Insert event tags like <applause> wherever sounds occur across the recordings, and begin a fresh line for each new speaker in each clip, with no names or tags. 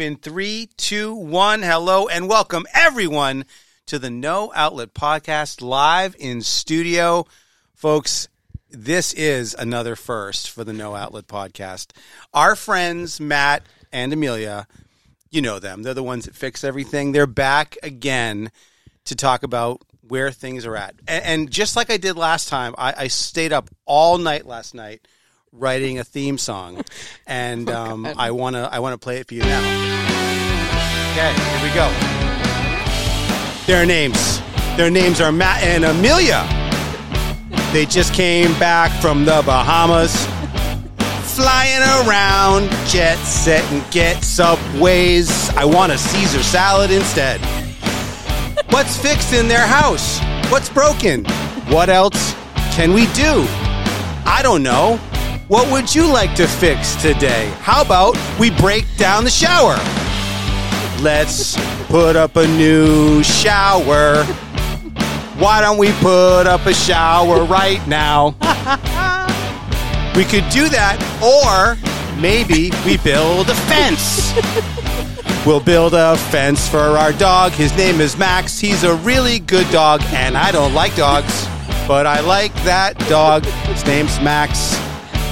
In three, two, one, hello, and welcome everyone to the No Outlet Podcast live in studio. Folks, this is another first for the No Outlet Podcast. Our friends, Matt and Amelia, you know them. They're the ones that fix everything. They're back again to talk about where things are at. And, and just like I did last time, I, I stayed up all night last night writing a theme song, and um, I wanna I wanna play it for you now. Okay, here we go. Their names, their names are Matt and Amelia. They just came back from the Bahamas, flying around jet set and get subways. I want a Caesar salad instead. What's fixed in their house? What's broken? What else can we do? I don't know. What would you like to fix today? How about we break down the shower? Let's put up a new shower. Why don't we put up a shower right now? <laughs> We could do that, or maybe we build a fence. We'll build a fence for our dog. His name is Max. He's a really good dog, and I don't like dogs, but I like that dog. His name's Max,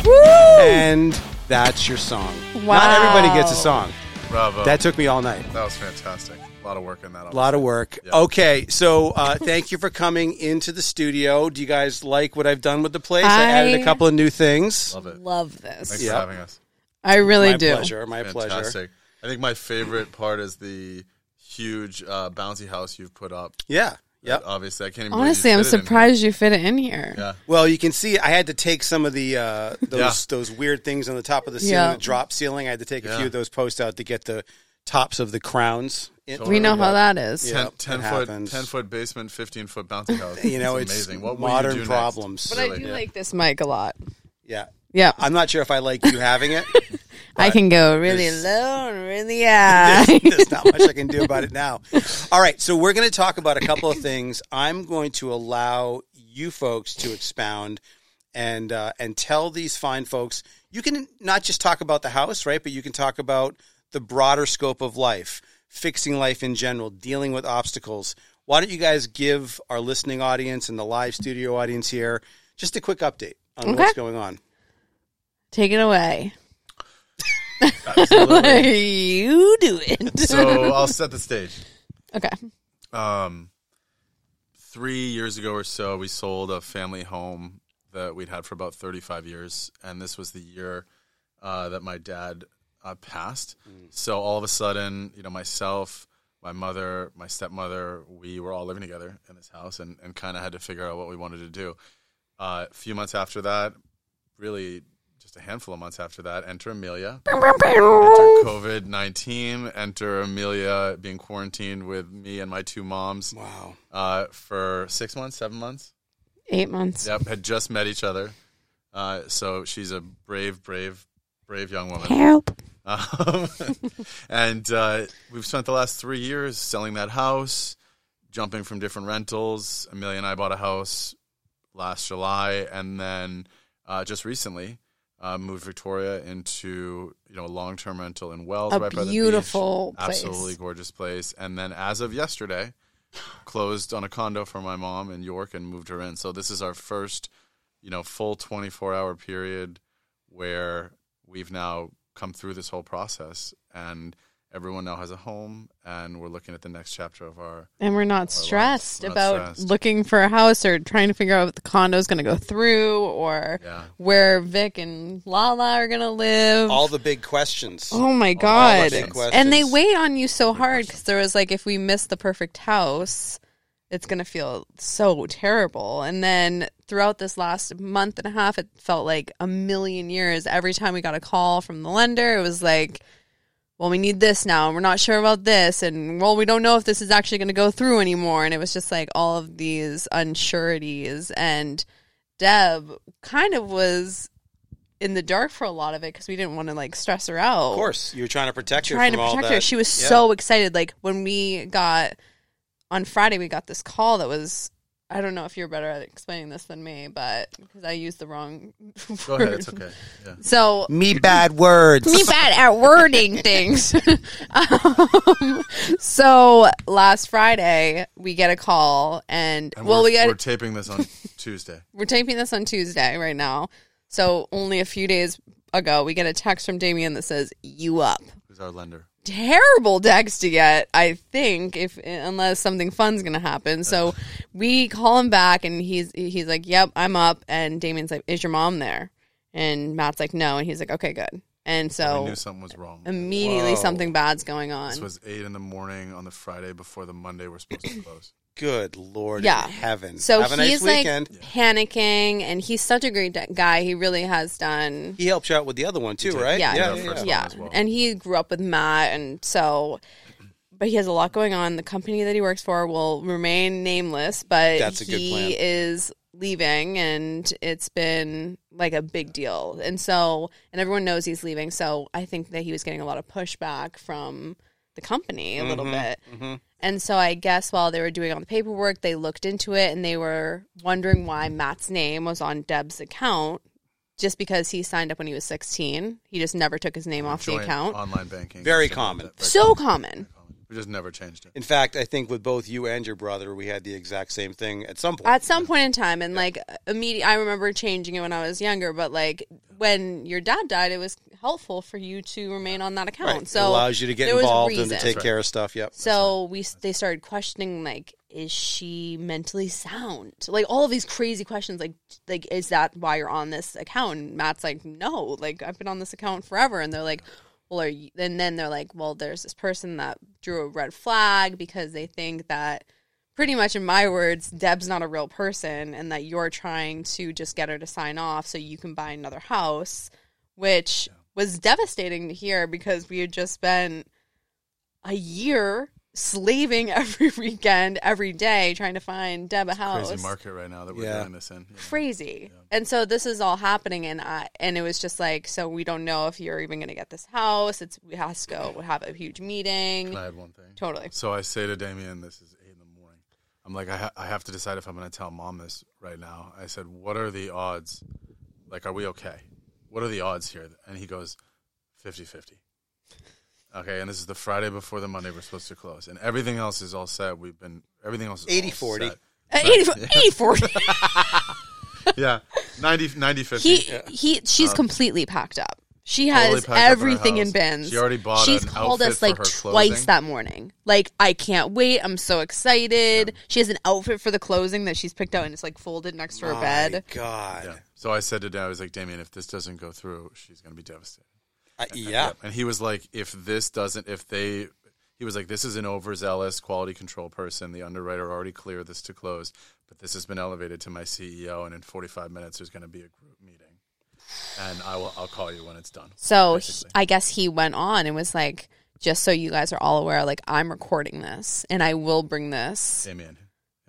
Woo!
and that's your song.
Wow.
Not everybody gets a song.
Bravo.
That took me all night.
that was fantastic. A lot of work in that.
A lot of work.
Yeah.
Okay, so uh, thank you for coming into the studio. Do you guys like what I've done with the place? I, added a
I-
couple of new things.
Love it.
Love
Thanks
this.
Yeah.
for having us.
I really
my
do.
pleasure. My
Fantastic.
pleasure.
I think my favorite part is the huge uh, bouncy house you've put up.
Yeah. Yep.
Obviously, I can't even. believe you
Honestly, I'm
fit it in
surprised you fit it in here.
here. Yeah.
Well, you can see I had to take some of the uh, those
<laughs> Yeah.
those weird things on the top of the ceiling,
Yeah.
the drop ceiling. I had to take a
Yeah.
few of those posts out to get the tops of the crowns. in-
We know how that is.
Yeah.
Ten,
it
ten foot,
happens.
ten foot basement, fifteen foot bouncy
<laughs>
house.
You know, it's
amazing. What will you
modern
do next?
problems.
But I do
Yeah.
like this mic a lot.
yeah,
Yeah.
I'm not sure if I like you having
<laughs>
it.
I can go really low and really high. <laughs>
there's, there's not much I can do about it now. All right, so we're going to talk about a couple of things. I'm going to allow you folks to expound and uh, and tell these fine folks you can not just talk about the house, right? But you can talk about the broader scope of life, fixing life in general, dealing with obstacles. Why don't you guys give our listening audience and the live studio audience here just a quick update on
Okay.
what's going on?
Take it away.
Absolutely.
<laughs> you do it.
so I'll set the stage.
<laughs> okay.
um, three years ago or so, we sold a family home that we'd had for about 35 years. And this was the year uh, that my dad uh, passed. So all of a sudden, you know, myself, my mother, my stepmother, we were all living together in this house and, and kind of had to figure out what we wanted to do. Uh, a few months after that, really just a handful of months after that, enter Amelia enter COVID nineteen, enter Amelia being quarantined with me and my two moms
Wow.
uh, for six months, seven months.
Eight months.
Yep, had just met each other, uh, so she's a brave, brave, brave
<laughs>
young woman.
Help.
Um, <laughs> and uh, we've spent the last three years selling that house, jumping from different rentals. Amelia and I bought a house last July, and then uh, just recently. Uh, moved Victoria into you know a long term rental in Wells,
A
right by the beach.
beautiful place.
Absolutely gorgeous place. And then as of yesterday, closed on a condo for my mom in York and moved her in. So this is our first, you know, full 24 hour period where we've now come through this whole process and everyone now has a home and we're looking at the next chapter of our
And we're not stressed
We're not
about
stressed.
looking for a house or trying to figure out what the condo's going to go through or
yeah.
where Vic and Lala are going to live.
All the big questions.
Oh my
all
god!
the big
And they
questions.
weigh on you so hard because there was like, if we miss the perfect house, it's gonna feel so terrible. And then throughout this last month and a half, it felt like a million years. Every time we got a call from the lender, it was like, "Well, we need this now, and we're not sure about this, and well, we don't know if this is actually going to go through anymore." And it was just like all of these unsureties and. Deb kind of was in the dark for a lot of it because we didn't want to like stress her out.
Of course, you're trying to protect her.
trying to
from all
protect
that.
her. She was
Yeah.
so excited. Like when we got on Friday, we got this call that was I don't know if you're better at explaining this than me, but because I used the wrong word.
Go ahead. It's okay. Yeah.
So
Me bad words.
<laughs> me bad at wording things. <laughs> um, so last Friday we get a call, and,
And
well,
we're,
we got
we're taping this on Tuesday.
we're taping this on Tuesday right now. So only a few days ago, we get a text from Damien that says, "You up."
Who's our lender?
Terrible text to get, I think, if unless something fun's gonna happen. So we call him back, and he's he's like, "Yep, I'm up." And Damien's like, "Is your mom there?" And Matt's like, "No," and he's like, "Okay, good." And
I
so
knew something was wrong.
immediately
Whoa.
something bad's going on.
This was eight in the morning on the Friday before the Monday we're supposed to close.
Good Lord
Yeah.
in heaven.
so
Have a nice
he's like
weekend.
panicking, and he's such a great guy. He really has done
he helped you out with the other one too,
did.
right?
Yeah,
Yeah,
yeah,
the first one.
yeah
as well.
and he grew up with matt and so but he has a lot going on the company that he works for will remain nameless but
That's a good
he
plan.
is leaving and it's been like a big deal and so and everyone knows he's leaving so i think that he was getting a lot of pushback from the company a little
Mm-hmm.
bit and so i guess while they were doing all the paperwork they looked into it and they were wondering why matt's name was on deb's account just because he signed up when he was 16 he just never took his name off the
Joint
account
Online banking.
Very
Something like
common.
that. Very
so common
common. We just never changed it.
In fact, I think with both you and your brother, we had the exact same thing at some point.
at some point in time and like immediate i remember changing it when i was younger but like when your dad died it was helpful for you to remain on that account
Right.
so
it allows you to get
there was
involved and to
reason.
take care of stuff. Yep.
so we they started questioning like is she mentally sound like all of these crazy questions like like is that why you're on this account and matt's like no like i've been on this account forever and they're like well are you and then they're like well there's this person that drew a red flag because they think that pretty much in my words deb's not a real person and that you're trying to just get her to sign off so you can buy another house which was devastating to hear because we had just been a year slaving <laughs> every weekend, every day, trying to find Deb a house.
Crazy market right now that we're
Yeah.
doing this in. Yeah.
Crazy. And so this is all happening, and I and it was just like, so we don't know if you're even going to get this house. It's we has to go have a huge meeting.
Can I add one thing?
Totally.
So I say to Damien, this is eight in the morning. I'm like, I, ha- I have to decide if I'm going to tell mom this right now. I said, what are the odds? Like, are we okay? What are the odds here? And he goes, 50 50. Okay, and this is the Friday before the Monday we're supposed to close. And everything else is all set. We've been, everything else is all
80-40.
set.
Uh, <laughs> 80, 80 40.
Yeah, 90, 90 50.
he he she's completely packed up. She has
Uh, packed up in her
everything in
house.
bins.
She already bought
She's
an
called
outfit
us
for
like
her
twice
closing.
that morning. Like I can't wait. I'm so excited. She has an outfit for the closing that she's picked out and it's like folded next to her
My
bed.
God.
yeah. So I said to Damien, I was like, Damien, if this doesn't go through, she's going to be devastated.
I- yeah.
And he was like, if this doesn't, if they, he was like, this is an overzealous quality control person. The underwriter already cleared this to close, but this has been elevated to my CEO, and in 45 minutes there's going to be a group meeting, and I will, I'll call you when it's done.
So he-
basically.
I guess he went on and was like, just so you guys are all aware, like I'm recording this and I will bring this.
Damien.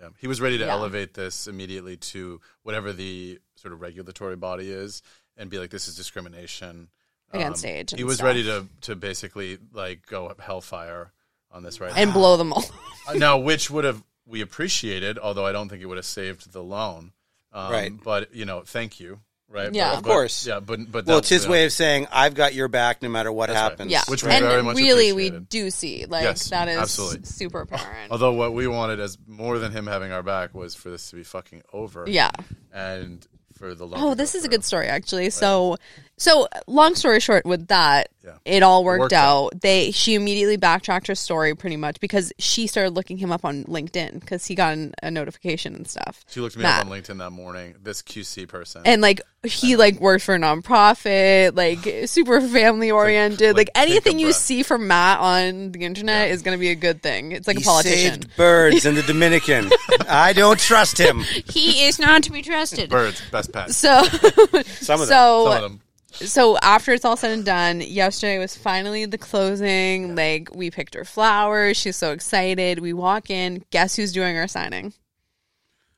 Yeah. He was ready to
Yeah.
elevate this immediately to whatever the sort of regulatory body is and be like, this is discrimination.
Against age
um, He
and
was
stuff.
ready to, to basically like go up hellfire on this right
And blow them all.
Uh, now, which would have we appreciated, although I don't think it would have saved the loan. Um,
Right.
But you know, thank you. Right.
Yeah.
But-
Of
but-
course.
Yeah. But but
Well,
that-
it's his
you know,
way of saying I've got your back no matter what
right.
happens.
yeah.
<laughs> Which we
and
very much
really we
appreciated.
do see. Like
Yes,
that is
absolutely.
super
<laughs>
apparent.
Although what we wanted as more than him having our back was for this to be fucking over.
yeah.
And for the
Oh,
loan. to go
this is a
through.
good story actually. So, so long story short, with that,
Yeah.
it all worked,
worked
out. They she immediately backtracked her story pretty much because she started looking him up on LinkedIn because he got an, a notification and stuff.
She looked me
Matt.
up on LinkedIn that morning. This QC person.
And like he like worked for a nonprofit, like super family oriented.
like,
Like,
take a
anything you
breath.
see from Matt on the internet is going to be a good thing. It's like
He
a politician.
saved birds in the
<laughs>
Dominican. I don't trust him.
He is not to be trusted.
Birds, best pet. Some
So,
Some of them.
<laughs> so
of them.
so after it's all said and done, yesterday was finally the closing. Like we picked her flowers. She's so excited. We walk in. Guess who's doing our signing?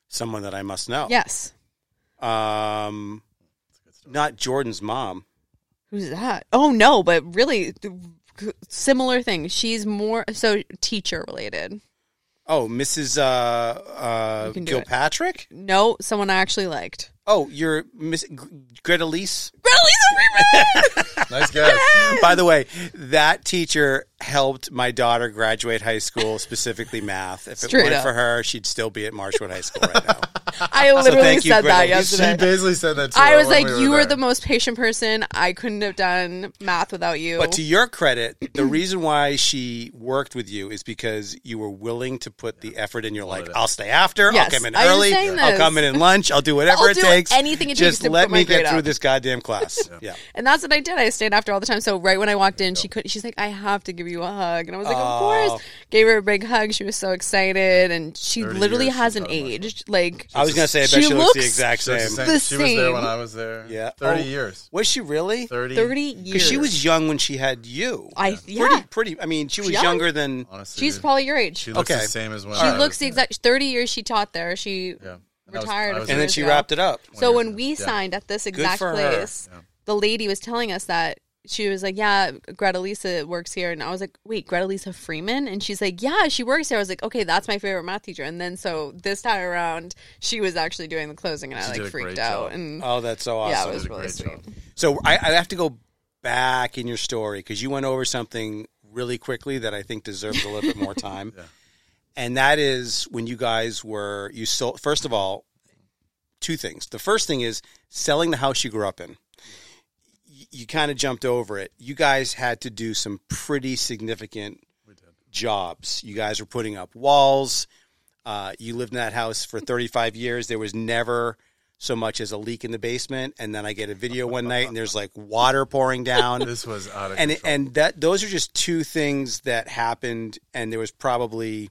Someone that I must know.
Yes.
Um, not Jordan's mom.
Who's that? Oh no, but really th- similar thing. She's more so teacher related.
Oh, Mrs. Uh, uh,
You can do it.
Gilpatrick?
No, someone I actually liked.
Oh, you're Miss G- Greta Leese?
<laughs>
Nice guess.
By the way, that teacher helped my daughter graduate high school, specifically math. If it
Straight
weren't
up.
for her, she'd still be at Marshwood High School right now.
I literally
thank you,
said that
Greta. You
she
yesterday.
basically said that. To
I
her
was
when
like,
we
you were
there.
the most patient person. I couldn't have done math without you.
But to your credit,
<clears throat>
the reason why she worked with you is because you were willing to put the effort in. You're like, I'll stay after.
Yes,
I'll come in
I am
early.
saying
I'll
this.
come in at lunch. I'll
<laughs>
do whatever
I'll
it
do
takes.
anything it takes
Just
to
let
put my
me get
grade
through
up.
this goddamn class. yeah.
and that's what I did. I stayed after all the time. So right when I walked in, she could. She's like, "I have to give you a hug," and I was like, "Of
Oh.
course." Gave her a big hug. She was so excited, and she
30
literally
years, she's
hasn't
not a bunch.
aged. Like,
I was gonna say, I bet
She
she, looks, the
looks
exact
She looks
same.
The
the She was there when
same.
I was there.
Yeah.
thirty
Oh.
years.
Was she really?
Thirty.
thirty years.
Because she was young when she had you.
I Uh, yeah.
Pretty, pretty. I mean, she was
Young.
younger than.
Honestly,
She's
dude.
probably your age.
She looks
Okay.
the same as when
She
I was
looks the
there.
exact. Thirty years she taught there. She
Yeah. And I was-
retired.
I
a
was
few
And then
years
she
ago.
wrapped it up.
So
years
when
ago.
we
Yeah.
signed at this exact
for her.
place, the lady was telling us that she was like, "Yeah, Greta Lisa works here," and I was like, "Wait, Greta Lisa Freeman?" And she's like, "Yeah, she works here." I was like, "Okay, that's my favorite math teacher." And then so this time around, she was actually doing the closing, and I
She did
like
a great
freaked out.
job.
And
Oh, that's so awesome.
yeah, it was
did a
really
great
sweet.
job.
So I, I have to go back in your story because you went over something really quickly that I think deserves a little bit more
<laughs>
time. And that is when you guys were you sold. First of all, two things. The first thing is selling the house you grew up in. You, you kind of jumped over it. You guys had to do some pretty significant jobs. You guys were putting up walls. Uh, you lived in that house for 35 years. There was never so much as a leak in the basement. And then I get a video one night, and there's like water pouring down.
This was out of
And
control.
and that those are just two things that happened, and there was probably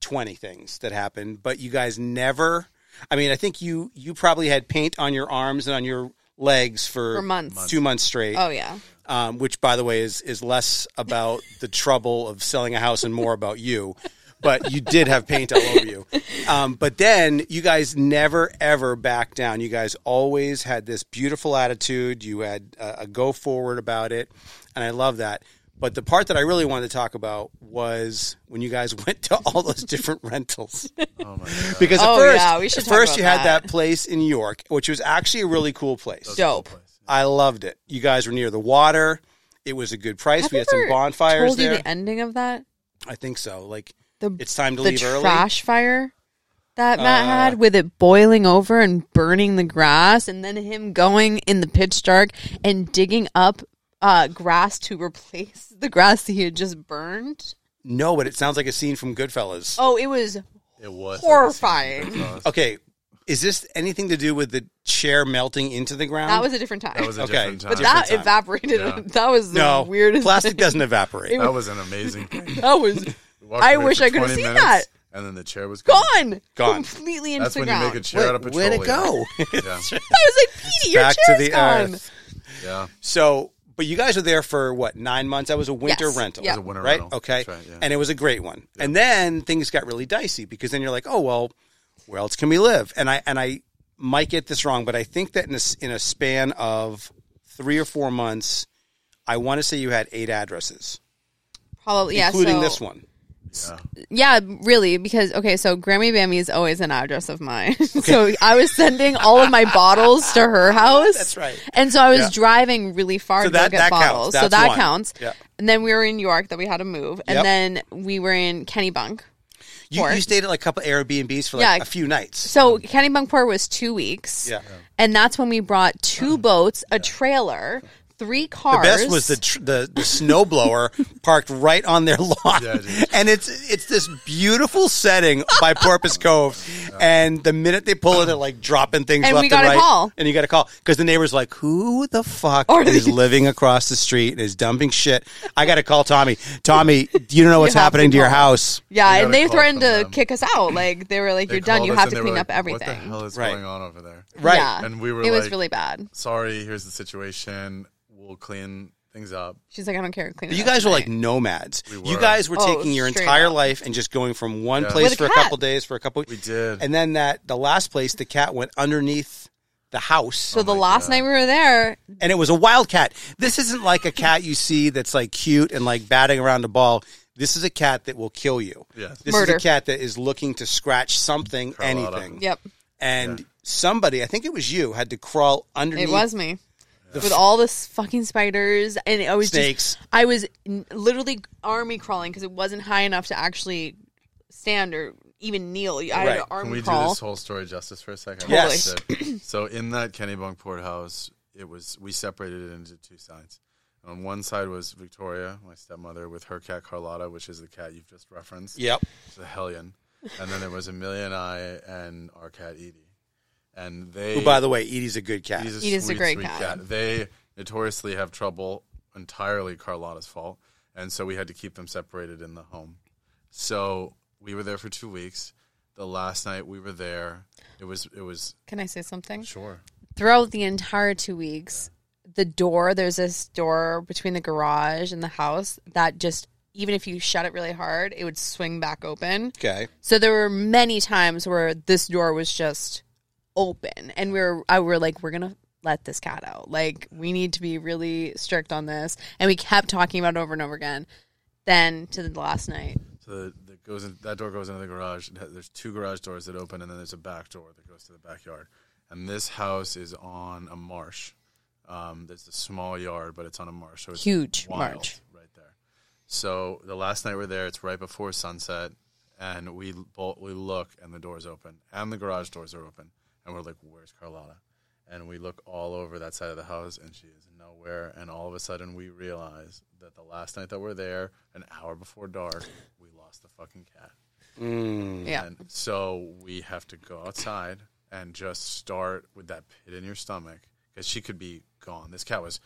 20 things that happened. But you guys never. I mean, I think you you probably had paint on your arms and on your legs for,
For months.
two months straight
Oh yeah,
um, which by the way is is less
<laughs>
about the trouble of selling a house and more about you. But you did have paint all over you. Um, but then you guys never ever backed down. You guys always had this beautiful attitude. You had a, a go forward about it, and I love that. But the part that I really wanted to talk about was when you guys <laughs> went to all those different
<laughs>
rentals.
oh my god,
Because at
Oh,
first,
yeah, we should
at
talk
first
about
you had
that.
that place in New York, which was actually a really cool place.
dope.
I loved it. You guys were near the water. It was a good price.
Have
we
you
had some
ever
bonfires
Told you
there.
the ending of that.
I think so. Like
The
it's time to
the
leave early.
trash fire that Matt
Uh,
had with it boiling over and burning the grass, and then him going in the pitch dark and digging up uh, grass to replace <laughs> the grass that he had just burned.
No, but it sounds like a scene from Goodfellas.
Oh, it was
It was
horrifying.
Okay, is this anything to do with the chair melting into the ground?
That was a different time.
That was a
Okay,
different time.
but that
time.
evaporated.
Yeah.
<laughs> That was the
no
weirdest.
Plastic
thing.
doesn't evaporate.
that was
<laughs>
an amazing. thing.
<laughs>
That was
We walked
I
away
wish
for
I could've
20
seen
minutes,
that.
And then the chair was gone.
gone,
Gone.
completely into
That's
the
when you
ground.
make a chair out of
Wait,
petroleum.
Where'd it go? <laughs>
<laughs>
Yeah,
I was like, Petey, your
Back to
chair's
the
gone.
earth.
yeah.
so, but you guys were there for what nine months? That was a winter
Yes.
rental.
Yeah. It was a
winter
right?
rental.
Okay,
That's right, yeah.
and it was a great one. And then things got really dicey because then you're like, oh well, where else can we live? And I and I might get this wrong, but I think that in a, s- in a span of three or four months, I want to say you had eight addresses,
Probably, yeah.
including
so-
this one.
Yeah, really, because okay, so Grammy Bammy is always an address of mine. <laughs> so I was sending all of my bottles to her house.
That's right.
And so I was
Yeah.
driving really far
So
to
that-
go
that
get
counts.
bottles. So
That's
that
one.
counts.
Yeah.
And then we were in York that we had to move. And
Yep.
then we were in Kennebunk.
You,
Four.
you stayed at like a couple Airbnbs for like
Yeah.
a few nights.
So Kennebunkport was two weeks.
Yeah.
And that's when we brought two boats, a trailer, three
The
cars.
best was the tr- the, the snowblower
<laughs>
parked right on their lawn,
Yeah, dude.
and it's it's this beautiful setting by Porpoise Cove. And the minute they pull it, they're like dropping things
And
left
we got
and
a
right,
call.
and you got a call because the neighbor's like, "Who the fuck
Are
is
<laughs> these-
living across the street and is dumping shit?" I got to call Tommy. Tommy, you don't know what's
have to
happening to your
call.
house.
yeah, and
We got a
they
call
threatened to
from them.
kick us out. Like they were like,
They
"You're done.
called
You
us
have
and
to
they
clean
were
up
like,
everything."
What the hell is
Right.
going on over there?
Right.
Yeah.
And we were
It was
like-
really bad.
Sorry, here's the situation. We'll clean things up.
She's like, I don't care. Clean it
You
up
guys were like
tonight."
nomads. You
were.
guys were
Oh,
taking your
straight
entire
up.
life and just going from one
Yeah.
place
With a
for a
cat.
couple days for a couple.
We did.
And then that the last place, the cat went underneath the house,
So the last night we were there,
and it was a wild cat. This isn't like a cat you see that's like cute and like batting around a ball. This is a cat that will kill you.
Yes.
This
Murder.
is a cat that is looking to scratch something,
Crawl out of-
anything.
Yep.
And somebody, I think it was you, had to crawl underneath.
It was me. With all this fucking spiders and I was
Snakes.
just I was n- literally army crawling because it wasn't high enough to actually stand or even kneel. I had
Right.
an
Can
army
we
crawl.
do this whole story justice for a second?
Yes.
Yes. <clears throat> so in that Kennebunk Port House, it was we separated it into two sides. On one side was Victoria, my stepmother, with her cat Carlotta, which is the cat you've just referenced.
Yep.
the Hellion. And then there was Amelia and I and our cat Edie. And they
Who, by the way, Edie's a good cat.
He's
Edie's a great cat.
They notoriously have trouble entirely Carlotta's fault, and so we had to keep them separated in the home. So we were there for two weeks. The last night we were there, it was it was
Can I say something?
sure.
Throughout the entire two weeks, the door there's this door between the garage and the house that just even if you shut it really hard, it would swing back open.
okay.
So there were many times where this door was just open, and we were I were like, we're gonna let this cat out. Like we need to be really strict on this, and we kept talking about it over and over again. Then to the last night,
So the, the goes in, that door goes into the garage. It has- There's two garage doors that open, and then there's a back door that goes to the backyard. And this house is on a marsh. Um, there's a small yard, but it's on a marsh, so it's
Huge
wild
marsh.
right there. So the last night we're there, it's right before sunset, and we bolt, we look, and the door's open, and the garage doors are open, and we're like, "Where's Carlotta?" And we look all over that side of the house, and she is nowhere. And all of a sudden, we realize that the last night that we're there, an hour before dark, we lost the fucking cat.
yeah,
Mm. And so we have to go outside and just start with that pit in your stomach because she could be gone. This cat was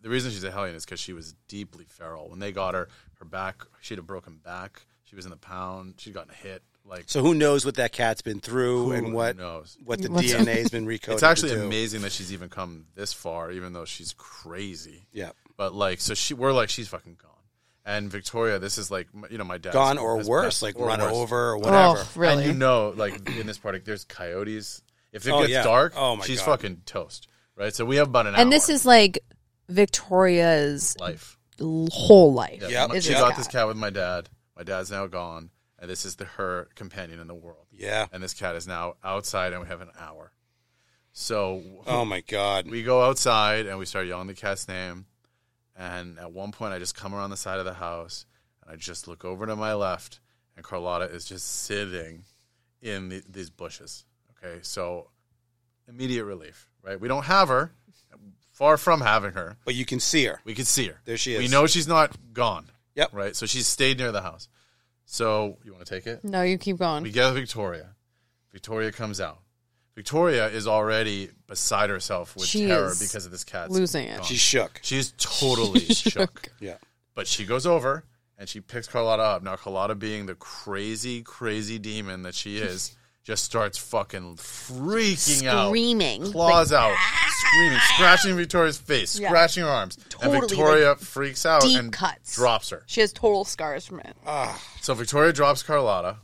the reason she's a hellion is because she was deeply feral. When they got her, her back she'd have broken back. She was in the pound. She'd gotten hit. Like
So who knows what that cat's been through
who
and what
knows?
what the
<laughs> What's-
DNA has been recoded.
It's actually
to do.
amazing that she's even come this far, even though she's crazy.
Yeah.
But like, so she we're like she's fucking gone. And Victoria, this is like my- you know my dad
Gone or worse, like run over or whatever.
oh really?
and you know, like <clears throat> in this part, like, there's coyotes. If it
Oh,
gets
yeah.
dark,
Oh, my
she's
God.
fucking toast, right? So we have about an hour.
and this is like Victoria's
life.
l- whole life.
Yeah,
Yep.
my-
is
she
this
got
cat.
this cat with my dad. My dad's now gone, and this is the, her companion in the world.
Yeah.
And this cat is now outside, and we have an hour. So
Oh my god.
we go outside and we start yelling the cat's name. And at one point, I just come around the side of the house and I just look over to my left, and Carlotta is just sitting in the, these bushes. Okay, so immediate relief, right? We don't have her, far from having her.
But you can see her.
We can see her.
There she
We
is.
know she's not gone.
Yep.
Right? So she's stayed near the house. So you want to take it?
No, you keep
We
going.
get Victoria. Victoria comes out. Victoria is already beside herself with
She
terror
is
because of this cat.
losing it.
She shook.
<laughs>
She's totally shook.
Yeah.
But she goes over and she picks Carlotta up. Now Carlotta being the crazy, crazy demon that she is, just starts fucking freaking
Screaming.
out. Claws out, screaming, scratching Victoria's face,
Yeah.
scratching her arms.
Totally,
and Victoria freaks out
deep
and
cuts.
drops her.
She has total scars from it.
Uh, So Victoria drops Carlotta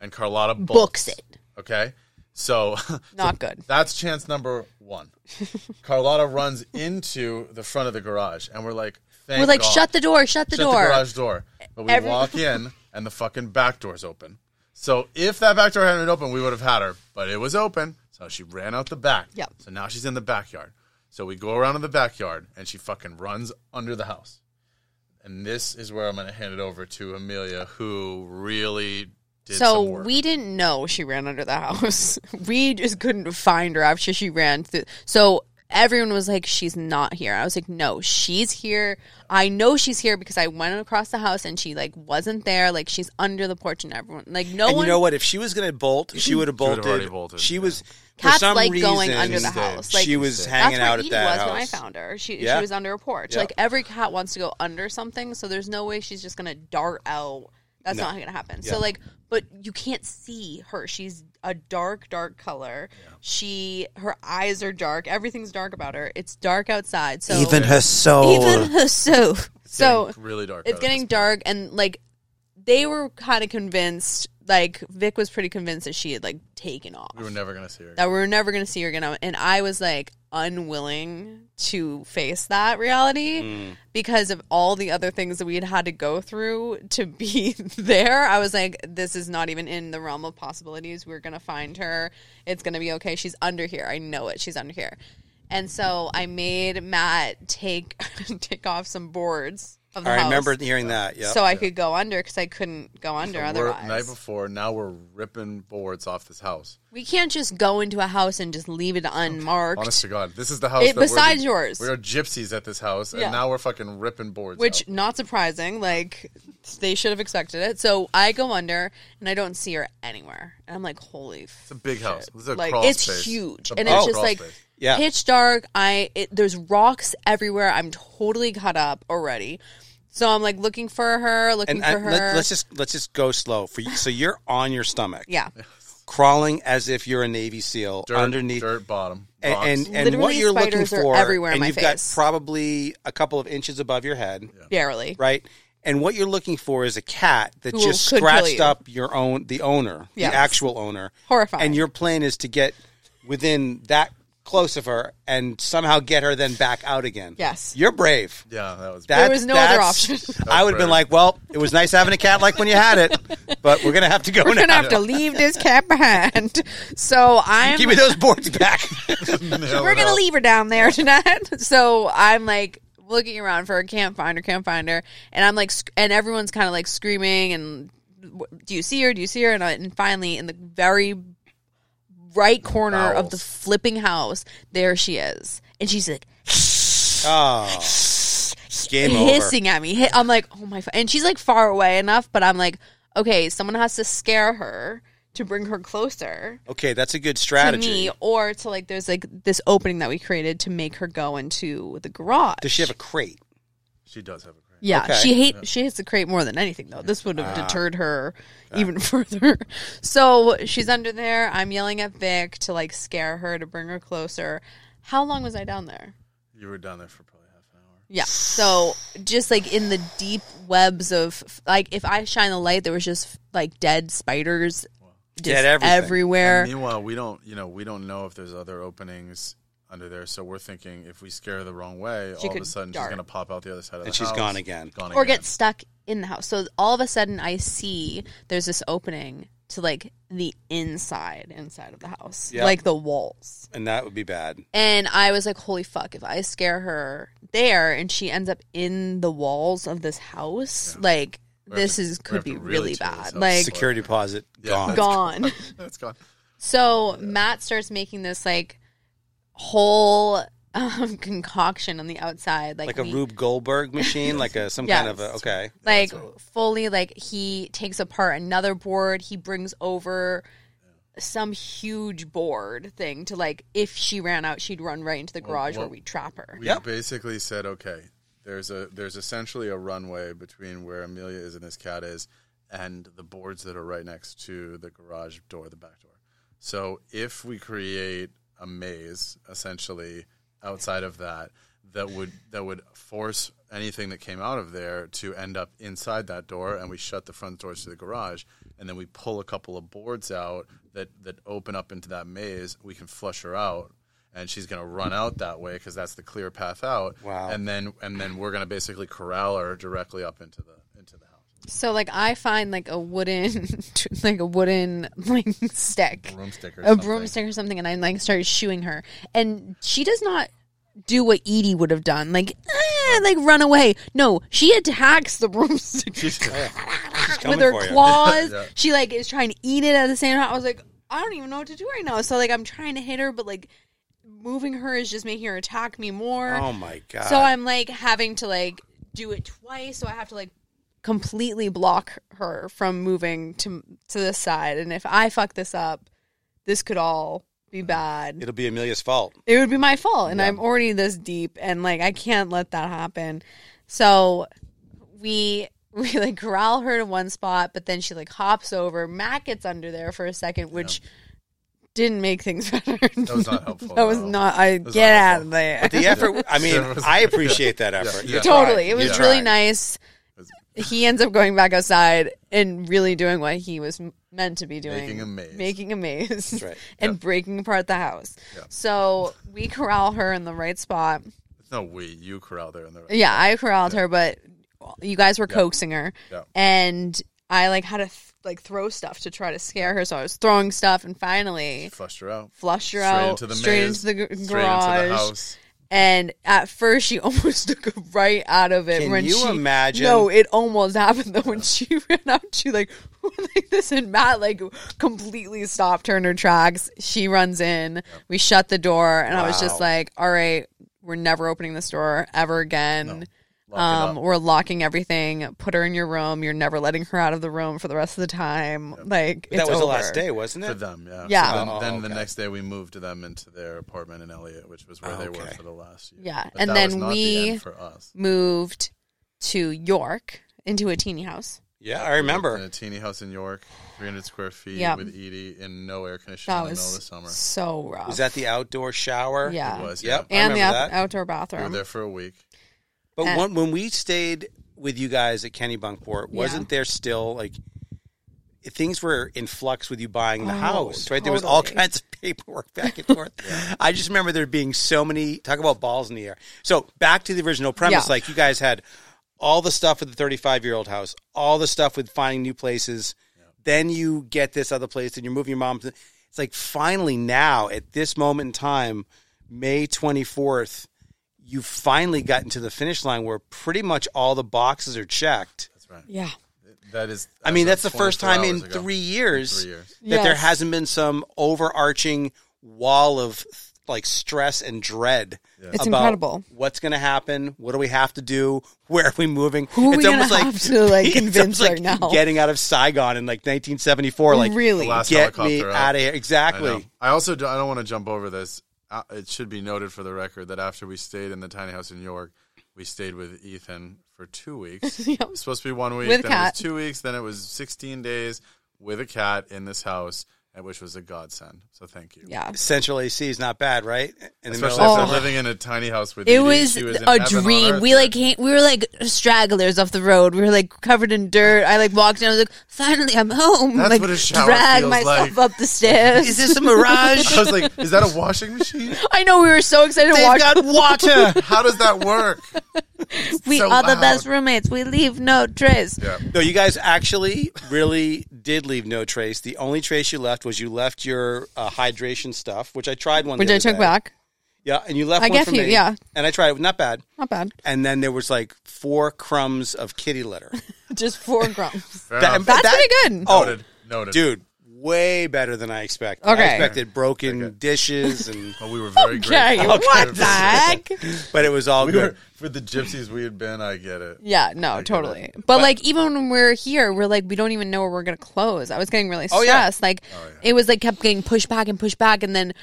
and Carlotta
Books
bolts.
it.
Okay? So <laughs>
Not good.
That's chance number one. Carlotta runs into the front of the garage, and we're like, Thank
We're like,
God.
shut the door, shut the
Shut
door.
garage door. But we
Every-
walk in, and the fucking back door's open. So if that back door hadn't been open, we would have had her, but it was open. So she ran out the back.
Yep.
So now she's in the backyard. So we go around in the backyard, and she fucking runs under the house. And this is where I'm going to hand it over to Amelia, who really did
so
some work.
we didn't know she ran under the house. <laughs> we just couldn't find her after she ran through. So everyone was like, "She's not here." I was like, "No, she's here. I know she's here because I went across the house and she like wasn't there. Like she's under the porch and everyone like no
And
one."
you know what? If she was going to bolt, she would have
would've
bolted.
already bolted,
She
yeah.
was for
Cats
some
like
reason,
going under the
she
house. Like
She was
That's
hanging
that's where
out at
Edie
that
was
house.
when I found her. She
Yeah.
she was under a porch.
Yeah.
Like every cat wants to go under something, so there's no way she's just gonna dart out. That's not gonna happen. So like, but you can't see her. She's a dark, dark color. She her eyes are dark. Everything's dark about her. It's dark outside. So
her soul.
even her <laughs> so so
Getting really dark. out
it's
at
getting
this
dark and like they were kind of convinced. Like Vic was pretty convinced that she had like taken off
point. We were never going to see her.
that we were never going to see her again. And I was like, unwilling to face that reality
Mm.
because of all the other things that we had had to go through to be <laughs> there. I was like, this is not even in the realm of possibilities. We're going to find her. It's going to be okay. She's under here. I know it. She's under here. And so I made Matt take <laughs> take off some boards of the
I
house
remember hearing that. Yeah.
so I could go under because I couldn't go under
So we're-
otherwise.
night before, now we're ripping boards off this house.
we can't just go into a house and just leave it unmarked.
Honest to God, this is the house.
It-
that we're
besides
the-
yours.
we are gypsies at this house,
Yeah.
and now we're fucking ripping boards.
Which,
out.
not surprising, like they should have expected it. So I go under and I don't see her anywhere, and I'm like, "Holy!" It's
a big house. It's a
like
crawl
it's
space.
huge,
A
and
big
it's just
crawl
like
space.
Yeah.
pitch dark. I it, there's rocks everywhere. I'm totally caught up already, so I'm like looking for her, looking
and
for
I,
her.
let, us just let's just go slow for you. So you're on your stomach,
yeah,
crawling as if you're a Navy SEAL
dirt,
underneath,
dirt bottom, rocks.
and and, and
Literally
what you're looking
spiders are
for
everywhere in
and
my
you've
face.
got probably a couple of inches above your head,
barely.
right? And what you're looking for is a cat that
Who
just
could kill
scratched
you.
up your own the owner,
Yes.
the actual owner.
Horrifying.
And your plan is to get within that close of her and somehow get her then back out again.
Yes.
You're brave.
yeah, that was
That-
was no other
that's- <laughs>
option.
I would have been
brave.
like, well, it was nice having a cat like when you had it, but we're going to have to go
We're
now.
gonna have to leave this cat behind. <laughs> So I'm
Give me those boards back. Oh,
Nailed
we're
it
gonna
out.
leave her down there tonight. <laughs> so I'm like looking around for a can't find her, can't find her, and I'm like, sc- and everyone's kind of like screaming and "Wh- do you see her? Do you see her? And, I, and finally, in the very right corner of the
Bowels.
flipping house, there she is, and she's like
oh. <laughs> Game over.
hissing at me. Hi- I'm like, oh my, fu-" and she's like far away enough, but I'm like, okay, someone has to scare her to bring her closer.
Okay, that's a good
to
strategy.
me or to like there's like this opening that we created to make her go into the garage.
Does she have a crate?
She does have a crack.
yeah,
Okay. Ah.
she hate she hates the crate more than anything though. This would have deterred her even <laughs> further. So she's under there. I'm yelling at Vic to like scare her to bring her closer. How long was I down there?
You were down there for probably half an hour.
Yeah. So just like in the deep webs of like if I shine the light, there was just like dead spiders just
Dead everything.
everywhere.
Meanwhile, we don't, you know, we don't know if there's other openings under there. So we're thinking if we scare her the wrong way, all of
could
a sudden she's
dart.
going to pop out the other side of the
And she's
house,
gone again.
Gone
or
again.
get stuck in the house. So all of a sudden, I see there's this opening to like the inside, inside of the house,
Yeah.
like the walls.
And that would be bad.
And I was like, "Holy fuck! If I scare her there, and she ends up in the walls of this house, like
have
this
to-
is
we
could
have
be
to really
really
tear this
bad,
up. <laughs>
like
Secure-
Security deposit
Yeah.
gone.
gone."
That's gone.
<laughs> So Matt starts making this like whole um, <laughs> concoction on the outside, like
Like a
we-
Rube Goldberg machine, like a some kind of a
Yes.
okay.
like fully like he takes apart another board he brings over some huge board thing to like if she ran out she'd run right into the garage
well,
where we trap her
We
Yep.
basically said, okay, there's a there's essentially a runway between where Amelia is and this cat is, and the boards that are right next to the garage door, the back door. So if we create a maze, essentially outside of that, that would that would force anything that came out of there to end up inside that door, and we shut the front doors to the garage, and then we pull a couple of boards out that that open up into that maze. We can flush her out, and she's going to run out that way because that's the clear path out.
Wow.
And then and then we're going to basically corral her directly up into the into the house.
so like i find like a wooden <laughs> like a wooden like stick
Broomstick or
a broomstick or something and i like start shooing her and she does not do what edie would have done like eh, like run away no she attacks the <laughs> broomstick
<laughs>
coming
with her
for you.
claws.
Yeah.
She like is trying to eat it at the same time. I was like, I don't even know what to do right now. So like I'm trying to hit her, but like moving her is just making her attack me more.
Oh my god.
so I'm like having to like do it twice. So I have to like completely block her from moving to to this side. And if I fuck this up, this could all be bad.
It'll be Amelia's fault.
It would be my fault, and I'm already this deep, and like I can't let that happen. So we <laughs> we like corral her to one spot, but then she like hops over. Matt gets under there for a second, which didn't make things <laughs> better. That
was not helpful
that
at
was
all.
not. I get out of there.
The effort. I mean, I appreciate that effort.
Yeah.
You're
Totally,
trying.
it was
You're
really
trying.
nice. he ends up going back outside and really doing what he was m- meant to be doing
Making a maze.
making a maze
right.
<laughs> and breaking apart the house
Yeah.
so we corral her in the right spot
No, we you corral there in the
yeah i corralled her but you guys were coaxing her
Yeah.
and i like had to th- like throw stuff to try to scare her so i was throwing stuff and finally
flushed her out.
flushed her
Straight
out
into the
straight
maze,
into the g-
straight
garage
into the house.
and at first, she <laughs> almost took a right out of it.
Can
when
you
she,
imagine?
No, it almost happened though. When she <laughs> ran out, she like <laughs> like this, and Matt like completely stopped her in her tracks. She runs in. We shut the door, and I was just
Wow.
like, "All right, we're never opening this door ever again."
Lock it
Um,
up.
we're locking everything. Put her in your room. You're never letting her out of the room for the rest of the time. Like
that
it's
was the
over.
last day, wasn't
For
it?
them, yeah. So
Yeah.
then
Oh,
then the
okay.
next day we moved them into their apartment in Elliott, which was where they were
Okay.
for the last year.
Yeah,
But
and
that
then
was not
we-
the end for us.
Moved to York into a teeny house.
Yeah, I
in a
remember.
teeny house in York, 300 square feet
Yeah.
with Edie in no air conditioning
That
in the middle of the
was
summer.
so rough.
Was that the outdoor shower?
Yeah.
It was,
Yep.
yeah.
I
and the
remember
out-
that.
outdoor
We were
bathroom.
there for a week.
But
Uh,
when, when we stayed with you guys at Kenny Bunkport, wasn't there still like things were in flux with you buying the
Oh,
house, right? There was all
totally.
kinds of <laughs> paperwork back and forth. I just remember there being so many talk about balls in the air. So back to the original premise,
Yeah.
like you guys had all the stuff with the thirty-five-year-old house, all the stuff with finding new places. Then you get this other place, and you're moving your mom. To, it's like finally now at this moment in time, May twenty-fourth you've finally gotten to the finish line where pretty much all the boxes are checked.
That's right.
Yeah.
That is.
I mean,
as
that's
of
the first
24
time in
hours ago.
three years,
Three years.
that there
Yes.
hasn't been some overarching wall of like stress and dread.
It's
about
incredible.
What's going to happen? What do we have to do? <laughs> Where are we moving?
Who are we gonna have to,
<laughs>
like,
it's
convince
almost
right now?
Getting out of Saigon in like 1974,
<laughs>
like
Really?
The last
get me
helicopter out.
out of here.
I know.
Exactly.
I also do, I don't want to jump over this. Uh, it should be noted for the record that after we stayed in the tiny house in York, we stayed with Ethan for two weeks.
<laughs>
It was supposed to be one week,
With a
then
cat.
it was two weeks, then it was sixteen days with a cat in this house, and which was a godsend. So thank you.
Yeah.
Central AC is not bad, right? In the middle
Especially
of
after
Oh.
living in a tiny house with
It
Edie.
was,
She in
a
heaven on
dream.
earth
We
there.
like came, we were like stragglers off the road. We were like covered in dirt. I like walked in. I was like, finally, I'm home.
That's
like
what a shower
drag
feels
myself
like.
up the stairs.
<laughs>
is this a mirage?
<laughs>
<laughs> I was like, is that a washing machine?
I know we were so excited to
They've
walk.
got water.
How does
<laughs>
that work?
we
so
are the
loud.
best roommates. We leave no trace.
Yeah.
No, you guys actually really did leave no trace. The only trace you left was you left your uh, hydration stuff, which I tried one.
Which
the
I
other
took
day.
back.
Yeah, and you left.
I
one
gave
for
you-
me,
yeah.
and I tried it. Not bad.
Not bad.
And then there was like four crumbs of kitty
<laughs>
litter.
Just four grumps.
Fair
That-
enough.
That's
That-
pretty good.
Oh,
noted. Noted.
dude, way better than I expected. I
Okay.
expected broken dishes and,
Well,
Oh,
we were very
okay.
grateful.
What the heck?
but it was all
<laughs>
<laughs>
We
good.
were, for the gypsies we had been, I get it.
Yeah, no, totally. But, like even when we're here, we're like we don't even know where we're gonna close. I was getting really
Oh,
stressed.
yeah.
Like it was like kept getting pushed back and pushed back, and then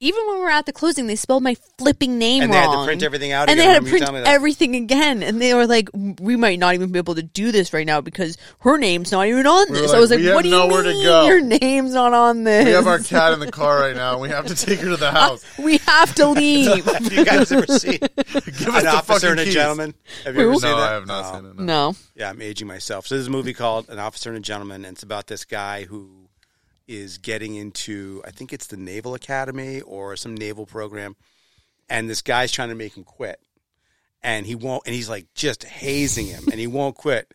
even when we were at the closing, they spelled my flipping name
And they had to
wrong.
print everything out again.
and they had to
Remember you
print
telling me that?
everything again. And they were like, "We might not even be able to do this right now because her name's not even on
were
this."
like,
I was like,
"We have
"What do you
nowhere to
mean
go."
your name's not on this?
We
<laughs>
have our cat in the car right now. and We have to take her to the house.
We have to
<laughs>
<laughs>
leave."
Have you guys ever seen
Give us
an
the
officer
fucking
and a
keys.
gentleman? Have you ever
Who?
seen
No,
that?
I have not
Oh.
seen it. No.
no,
Yeah, I'm aging myself. So there's a movie called An Officer and a Gentleman, and it's about this guy who is getting into I think it's the Naval Academy or some naval program, and this guy's trying to make him quit, and he won't, and he's like just hazing him, and he won't quit,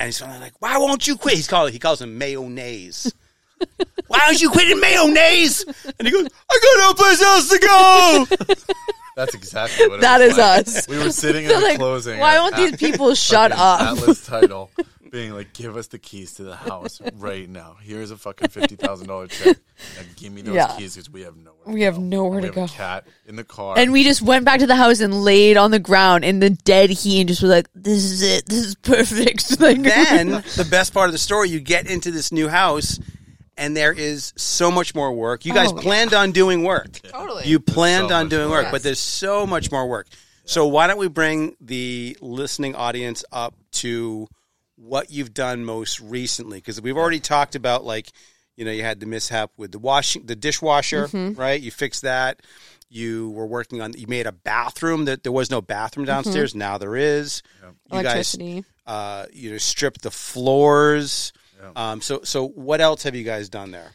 and he's finally like, "Why won't you quit?" He's calling, he calls him mayonnaise. <laughs> Why aren't you quitting mayonnaise? And he goes, "I got no place else to go."
That's exactly what it
that
was
is
like.
us.
We were sitting
<laughs>
in
They're
the
like,
closing.
why
at
won't these
At-
people shut
fucking
up? <laughs>
Atlas title being like, give us the keys to the house right now. Here's a fucking fifty thousand dollar check. Now give me those
Yeah.
keys because we have nowhere.
We
to
have
go.
nowhere
And
to
we have
go.
A cat in the car.
And we just went back to the house and laid on the ground in the dead heat and just was like, "This is it. This is perfect." <laughs>
<laughs>
Like,
then the best part of the story, you get into this new house, and there is so much more work. You guys
Oh, yeah.
planned on doing work.
totally.
You planned
so
on
much
doing
more.
work,
Yes.
but there's so much more work. So why don't we bring the listening audience up to what you've done most recently? Because we've already talked about like You know, you had the mishap with the washing, the dishwasher,
Mhm.
right? You fixed that. You were working on. You made a bathroom that there was no bathroom downstairs. Now there is.
Yeah.
You guys,
Mm-hmm. Electricity.
uh, you know, stripped the floors.
Yeah.
Um, so, so what else have you guys done there?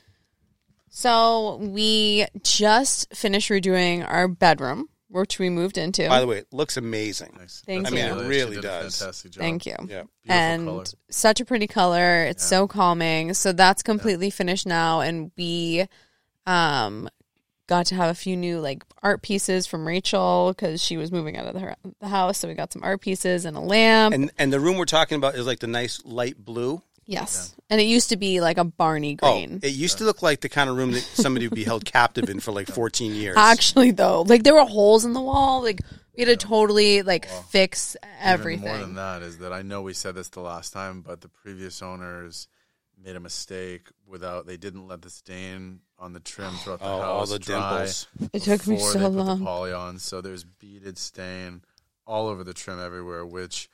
So we just finished redoing our bedroom, which we moved into.
By the way, it looks amazing.
Nice.
Thank
That's
you. I
mean, it
she
really
did a
does.
Fantastic job.
Thank you.
Yeah.
Beautiful
and
color.
such a pretty color. It's
Yeah.
so calming. So that's completely finished now, and we um got to have a few new like art pieces from Rachel because she was moving out of the, her, the house. So we got some art pieces and a lamp.
And and the room we're talking about is like the nice light blue.
yes, and it used to be like a Barney green.
Oh, it used to look like the kind of room that somebody would be held captive in for like
<laughs>
14 years.
Actually, though, like there were holes in the wall. Like we had to totally like fix everything.
Even more than that is that I know we said this the last time, but the previous owners made a mistake without they didn't let the stain on the trim
<sighs>
throughout the
Oh,
house
all the
dry
dimples.
It took me
before
so
they put
long.
The poly on, so there's beaded stain all over the trim everywhere. Which,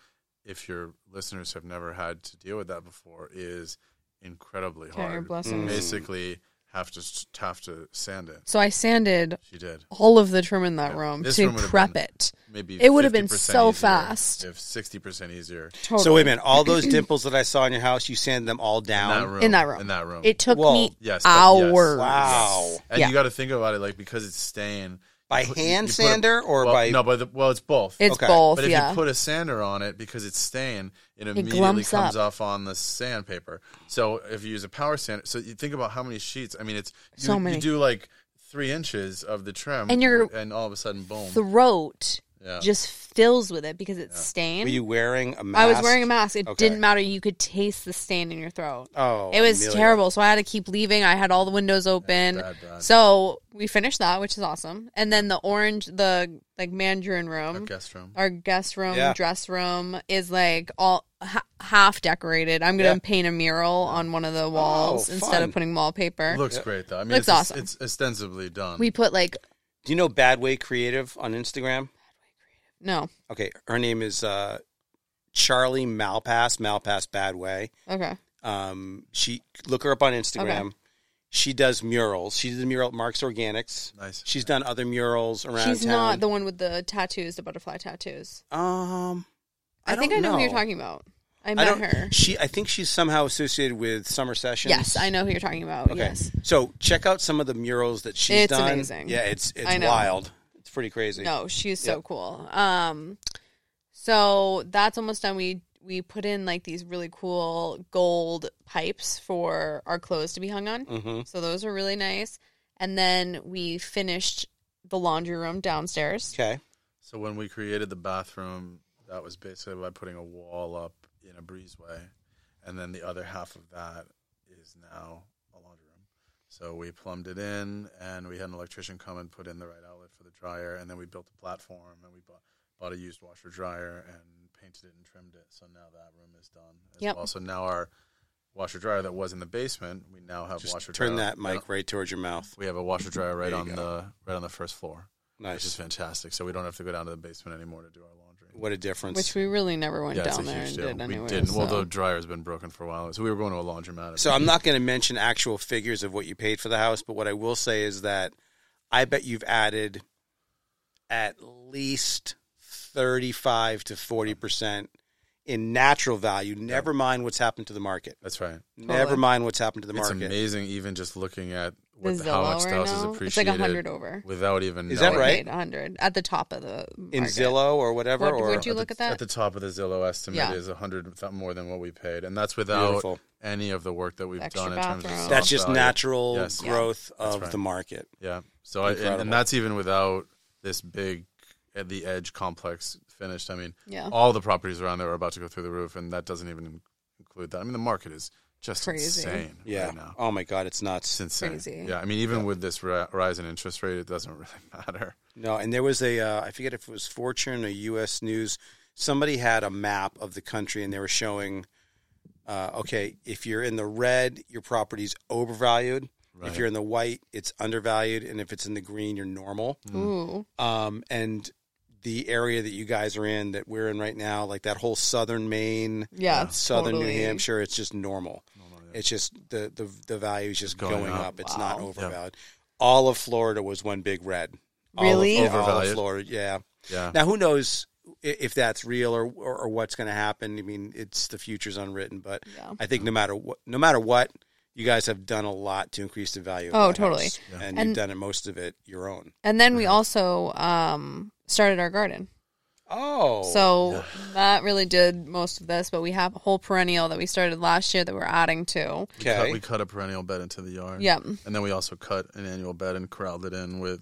if your listeners have never had to deal with that before, is incredibly
Count your
hard.
blessings.
Mm.
Basically, have to s- have to sand it.
So I sanded
She did.
all of the trim in that room
This
to
room would've
prep
been-
it.
Maybe
It would have been
50%
so
easier,
fast.
If sixty percent easier
Totally.
So wait a minute, all those dimples that I saw in your house, you sanded them all
in that
down.
room.
In that room.
In that room.
It took
Whoa.
me
Yes, but yes.
hours.
Wow.
And
Yeah.
you got to think about it, like because it's stain.
By
you put- you-
hand
you put a-
sander or
well,
by
no, by the well, it's both.
It's
Okay.
both,
but if
yeah.
you put a sander on it because it's stain, it immediately
glums
comes
up.
off on the sandpaper. So if you use a power sander, so you think about how many sheets. I mean, it's you,
So many.
You do like three inches of the trim,
And you're-
and all of a sudden, boom.
Throat
yeah.
just fills with it because it's stained.
Were you wearing a mask?
I was wearing a mask. It
Okay.
didn't matter. You could taste the stain in your throat.
Oh,
it was
Amelia.
terrible. So I had to keep leaving. I had all the windows open.
bad, bad.
So we finished that, which is awesome. And then the orange, the like Mandarin room,
Our guest room.
our guest room,
Yeah.
dress room is like all ha- half decorated. I'm gonna
Yeah. Oh,
paint a mural on one of the walls instead
fun.
of putting wallpaper.
Looks great though. I mean,
Looks
it's,
awesome.
It's ostensibly done.
We put like
Do you know Bad Way Creative on Instagram?
no,
Okay, her name is uh, Charlie Malpass. Malpass Bad Way.
okay,
Um, she look her up on Instagram. She does murals. She did a mural at Marks Organics.
nice.
She's done other murals around
she's
town.
not the one with the tattoos, the butterfly tattoos.
Um,
I, think
don't
I know, who you're
know.
talking about. I
I
met
don't.
her.
She. I think she's somehow associated with summer sessions.
Yes, I know who you're talking about.
Okay.
Yes.
So check out some of the murals that she's
It's
done.
amazing.
Yeah, it's it's
I know.
wild. It's pretty crazy.
No, she's so
Yep.
cool. Um, so that's almost done. We we put in like these really cool gold pipes for our clothes to be hung on.
Mm-hmm.
So those are really nice. And then we finished the laundry room downstairs.
Okay.
So when we created the bathroom, that was basically by putting a wall up in a breezeway, and then the other half of that is now a laundry room. So we plumbed it in, and we had an electrician come and put in the right outlet for the dryer, and then we built a platform, and we bought, bought a used washer dryer and painted it and trimmed it. So now that room is done. As
Yep.
well. So now our washer dryer that was in the basement, we now have
Just
washer
turn
dryer.
that mic right towards your mouth.
We have a washer dryer right
There you go.
on the right on the first floor, which is
Nice.
fantastic. So we don't have to go down to the basement anymore to do our laundry.
What a difference.
Which we really never went
Yeah, it's a
down there and
huge deal.
did anyway.
we didn't. Well,
so-
the dryer's been broken for a while, so we were going to a laundromat.
so I'm not going to mention actual figures of what you paid for the house, but what I will say is that I bet you've added at least 35 to 40 percent in natural value. Never mind what's happened to the market.
That's right.
Never mind what's happened to the
It's
market.
amazing, even just looking at
the
what the,
Zillow
how much the
right
house is
now, it's like
appreciated.
a hundred over.
without even
Is that
knowing.
right?
Paid 100 at the top of the
in
market.
Zillow or whatever.
What-
or
would you
the-
look at that?
at the top of the Zillow estimate
Yeah.
is a hundred th- more than what we paid, and that's without
Beautiful.
any of the work that we've
Extra
done in terms
bathroom.
of
That's
soft
just
Oh, value.
natural
Yes.
Yeah.
growth of
right.
the market.
Yeah. So I, and,
Incredible.
and that's even without this big at the edge complex finished. I mean,
Yeah.
all the properties around there are about to go through the roof, and that doesn't even include that. I mean, the market is just
Crazy.
insane
Yeah.
right now.
Oh my God, it's
It's
nuts.
insane.
Crazy.
Yeah, I mean, even with this ri- rise in interest rate, it doesn't <laughs> really matter.
No, and there was a uh, I forget if it was Fortune or U.S. News. Somebody had a map of the country, and they were showing. Uh, okay, if you're in the red, your property's overvalued. If
Right.
you're in the white, it's undervalued, and if it's in the green, you're normal.
Mm.
Ooh.
um, and the area that you guys are in that we're in right now like that whole southern maine
Yeah, it's
southern
totally-
new hampshire it's just normal It's just the the the value is just going,
Going
up.
up.
It's not
Wow.
overvalued. All of Florida was one big red. All of-
Really?
all of
Overvalued.
Florida, yeah.
Yeah.
Now, who knows i- if that's real or or, or what's going to happen? I mean, it's the future's unwritten, but
Yeah.
I think no matter what, no matter what, you guys have done a lot to increase the value. Of
Oh,
that
totally.
house.
Yeah.
and, you've
And-
done it most of it your own.
And then we also um, started our garden.
Oh,
So that really did most of this, but we have a whole perennial that we started last year that we're adding to.
We cut-
Okay.
We, cut, a perennial bed into the yard.
Yeah.
And then we also cut an annual bed and corralled it in with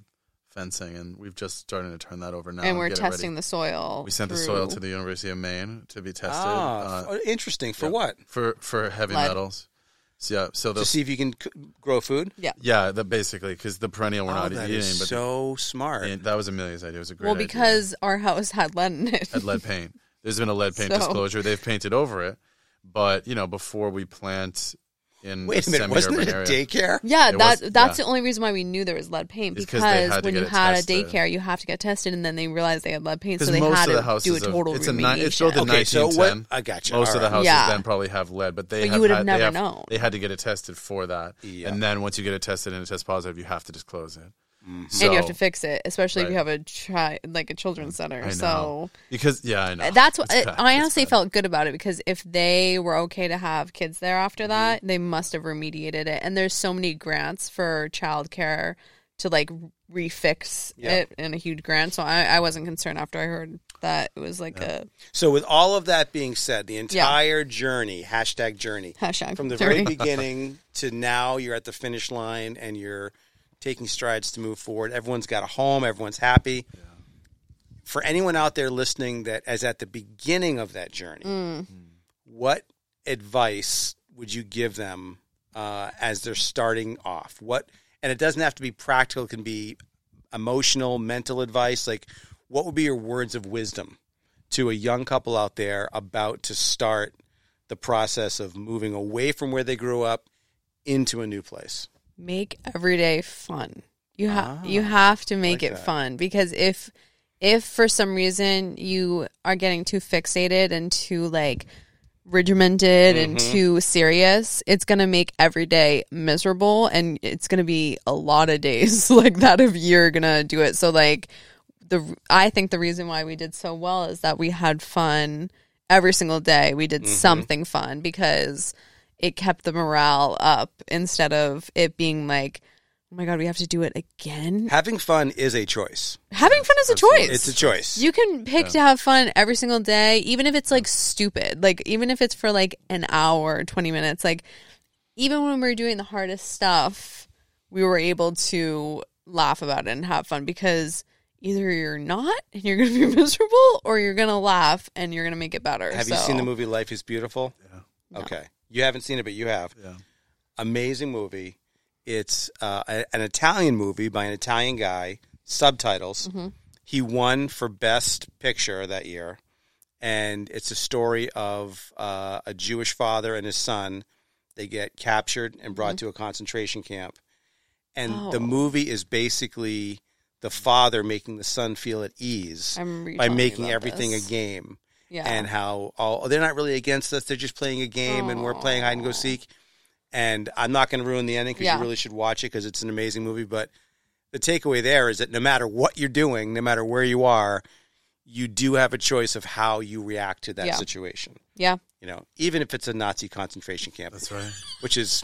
fencing. And we've just starting to turn that over now.
and we're
get it ready.
testing the soil.
We sent the soil
through-
to the University of Maine to be tested
ah,
uh,
f- interesting. For
yeah,
what?
for for heavy
Lead.
metals. So, yeah. So
To
the
see if you can c- grow food.
yeah, the basically because the perennial we're
oh,
not
that
eating,
is
but
so smart.
and that was Amelia's idea. It was a great
Well,
idea.
because our house had lead in it.
had lead paint. There's been a lead
<laughs>
paint
So-
disclosure. They've painted over it, but you know, before we plant in
Wait a minute, wasn't
semi-urban
it a
area,
daycare?
<laughs> Yeah,
It
that
was-
that's
yeah.
the only reason why we knew there was lead paint
It's 'cause they
because
had to
when
get
you
it
had
tested.
a daycare, you have to get tested, and then they realized they had lead paint, so they
Because most
had
of the
to do a
houses, have-
total
it's a ni- it's
remediation.
built in
Okay, so
1910.
what- I gotcha.
Most
All
of the
right.
houses
Yeah.
then probably have lead, but they
But you
have
would have
had,
never
they have,
known.
They had to get it tested for that,
Yeah.
and then once you get it tested and it tests positive, you have to disclose it.
Mm.
So,
and you have to fix it, especially if you
Right.
have a chi- like a children's center.
I know.
So
because yeah, I know
that's what
It's bad.
I
It's
honestly
bad.
felt good about it because if they were okay to have kids there
Mm-hmm.
after that, they must have remediated it. And there's so many grants for childcare to like refix
Yeah.
it and a huge grant. So I, I wasn't concerned after I heard that it was like
So, with all of that being said, the entire journey, hashtag journey,
a hashtag
from the
journey.
very beginning to now, you're at the finish line and you're taking strides to move forward. Everyone's got a home, everyone's happy. For anyone out there listening that is at the beginning of that journey, what advice would you give them uh, as they're starting off? What and it doesn't have to be practical; it can be emotional, mental advice. Like, what would be your words of wisdom to a young couple out there about to start the process of moving away from where they grew up into a new place?
<laughs> make every day fun. You have you have to make
Ah, like
it
that.
fun because if if for some reason you are getting too fixated and too like regimented and too serious, it's gonna make every day miserable and it's gonna be a lot of days <laughs> like that if you're gonna do it. So like the I think the reason why we did so well is that we had fun every single day. We did something fun because it kept the morale up instead of it being like, oh my god, we have to do it again.
Having fun is a choice.
Having fun is a
Absolutely.
choice.
It's a choice.
You can pick to have fun every single day, even if it's like stupid. Like even if it's for like an hour, twenty minutes. Like even when we were doing the hardest stuff, we were able to laugh about it and have fun because either you're not and you're gonna <laughs> be miserable, or you're gonna laugh and you're gonna make it better.
have
so.
you seen the movie Life is Beautiful? Okay. You haven't seen it, but you have.
Yeah.
Amazing movie. It's uh, a- an Italian movie by an Italian guy, subtitles.
Mm-hmm.
He won for Best Picture that year. And it's a story of uh, a Jewish father and his son. They get captured and brought to a concentration camp. And the
Mm-hmm. Oh.
movie is basically the father making the son feel at ease
I'm
by
retelling
making
about
everything
this.
a game
Yeah.
and how all they're not really against us. They're just playing a game, and we're playing hide and go seek. And I'm not going to ruin the ending because
Yeah.
you really should watch it because it's an amazing movie. But the takeaway there is that no matter what you're doing, no matter where you are, you do have a choice of how you react to that
Yeah.
situation.
yeah. <laughs>
You know, even if it's a Nazi concentration camp,
That's right.
<laughs> which
<laughs>
is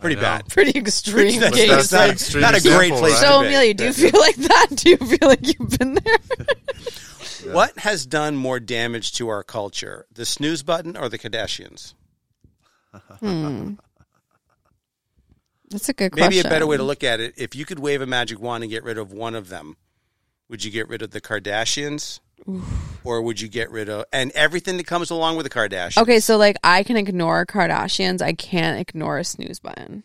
pretty
know.
bad.
Pretty extreme
<laughs> That's-
case.
that's not,
extreme
not a great
example,
place.
right?
to
So
be.
Amelia, do you feel like that? Do you feel like you've been there?
What has done more damage to our culture, the snooze button or the Kardashians?
That's a good question.
Maybe a better way to look at it, if you could wave a magic wand and get rid of one of them, would you get rid of the Kardashians? Or would you get rid of and everything that comes along with the Kardashians?
Okay, so like I can ignore Kardashians, I can't ignore a snooze button.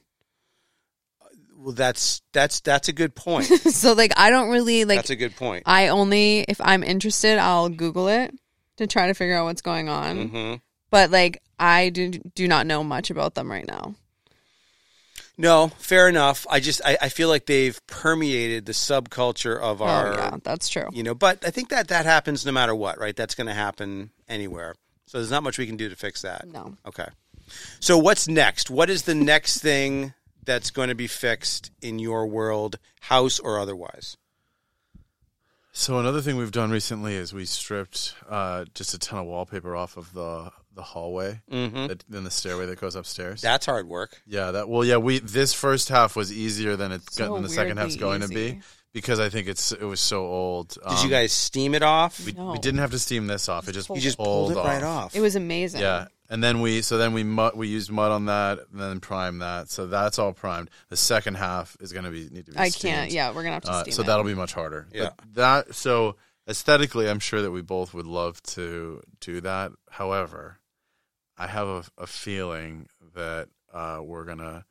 <laughs>
Well that's that's that's a good
<laughs>
point.
so like I don't really like
that's a good point.
I only if I'm interested, I'll Google it to try to figure out what's going on.
Mm-hmm.
Mhm.
But like I do do not know much about them right now.
No, fair enough. I just I, I feel like they've permeated the subculture of our
oh yeah, that's true.
you know, but I think that that happens no matter what, right? That's gonna happen anywhere. So there's not much we can do to fix that.
No.
Okay. So what's next? What is the next thing that's going to be fixed in your world, house or otherwise?
So another thing we've done recently is we stripped uh, just a ton of wallpaper off of the the hallway
Mm-hmm.
that, and the stairway that goes upstairs.
That's hard work.
yeah, that well, yeah. We this first half was easier than it's
So
got than the second half's
weirdly
going to be
easy.
because I think it's it was so old.
Did
Um,
you guys steam it off?
We,
No.
we didn't have to steam this off. It just
you just pulled it right off.
It was amazing.
Yeah, and then we so then we mud, we used mud on that, and then primed that. So that's all primed. The second half is going to be need to be.
I can't.
steamed.
Yeah, we're gonna have to
Uh,
steam
so
it.
that'll be much harder.
Yeah.
But that so aesthetically, I'm sure that we both would love to do that. However, I have a, a feeling that uh, we're gonna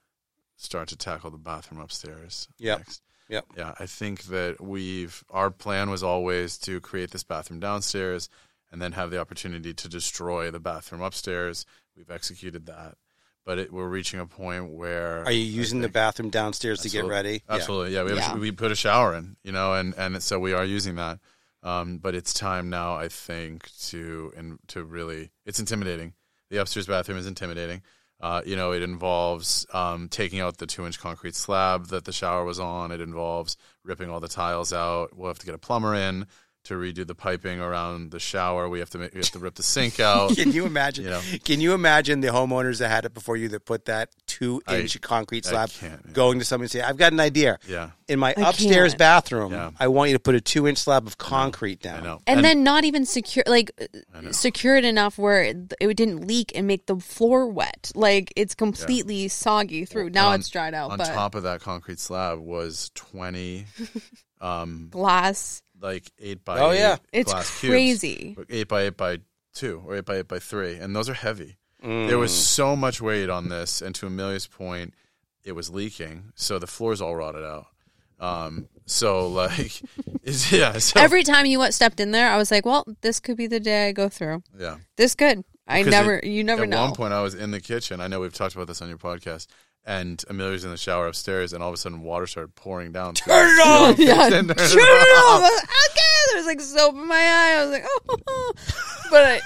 start to tackle the bathroom upstairs.
Yep.
next.
Yep.
Yeah. I think that we've our plan was always to create this bathroom downstairs and then have the opportunity to destroy the bathroom upstairs. We've executed that. But it, we're reaching a point where
Are you using the bathroom downstairs to get
Absolutely.
ready? Yeah.
Absolutely, yeah. We, have
Yeah.
a- we put a shower in, you know, and and so we are using that. Um, but it's time now, I think, to and to really. It's intimidating. The upstairs bathroom is intimidating. Uh, you know, it involves um, taking out the two-inch concrete slab that the shower was on. It involves ripping all the tiles out. We'll have to get a plumber in to redo the piping around the shower. We have to make, we have to rip
<laughs>
the sink
<laughs>
out.
Can you imagine?
You know.
Can you imagine the homeowners that had it before you that put that two inch concrete
I
slab
can't.
going to somebody and say, I've got an idea.
yeah,
In my
I
upstairs
can't.
bathroom,
Yeah.
I want you to put a two inch slab of concrete
I
down.
know.
and, then not even secure, like
know.
secure it enough where it, it didn't leak and make the floor wet. Like it's completely soggy through. Now
on-
it's dried out,
on
but
top of that concrete slab was
<laughs>
twenty. Um,
glass.
like eight by
Oh,
eight
yeah.
It's
glass cubes.
crazy.
eight by eight by two or eight by eight by three, and those are heavy.
Mm.
There was so much weight on this, and to Amelia's point, it was leaking, so the floor's all rotted out. Um, so like, <laughs> it's, yeah, so,
Every time you went, stepped in there, I was like, "Well, this could be the day I go through."
yeah.
This good. I
Because
never.
it-
you never
At
know. <laughs>
one point, I was in the kitchen. I know we've talked about this on your podcast. And Amelia's in the shower upstairs, and all of a sudden, water started pouring down. through
Turn it
the
off!
yeah,
Turn
turn it
it
off. I was like, okay, there's like soap in my eye. I was like, oh, <laughs> but it,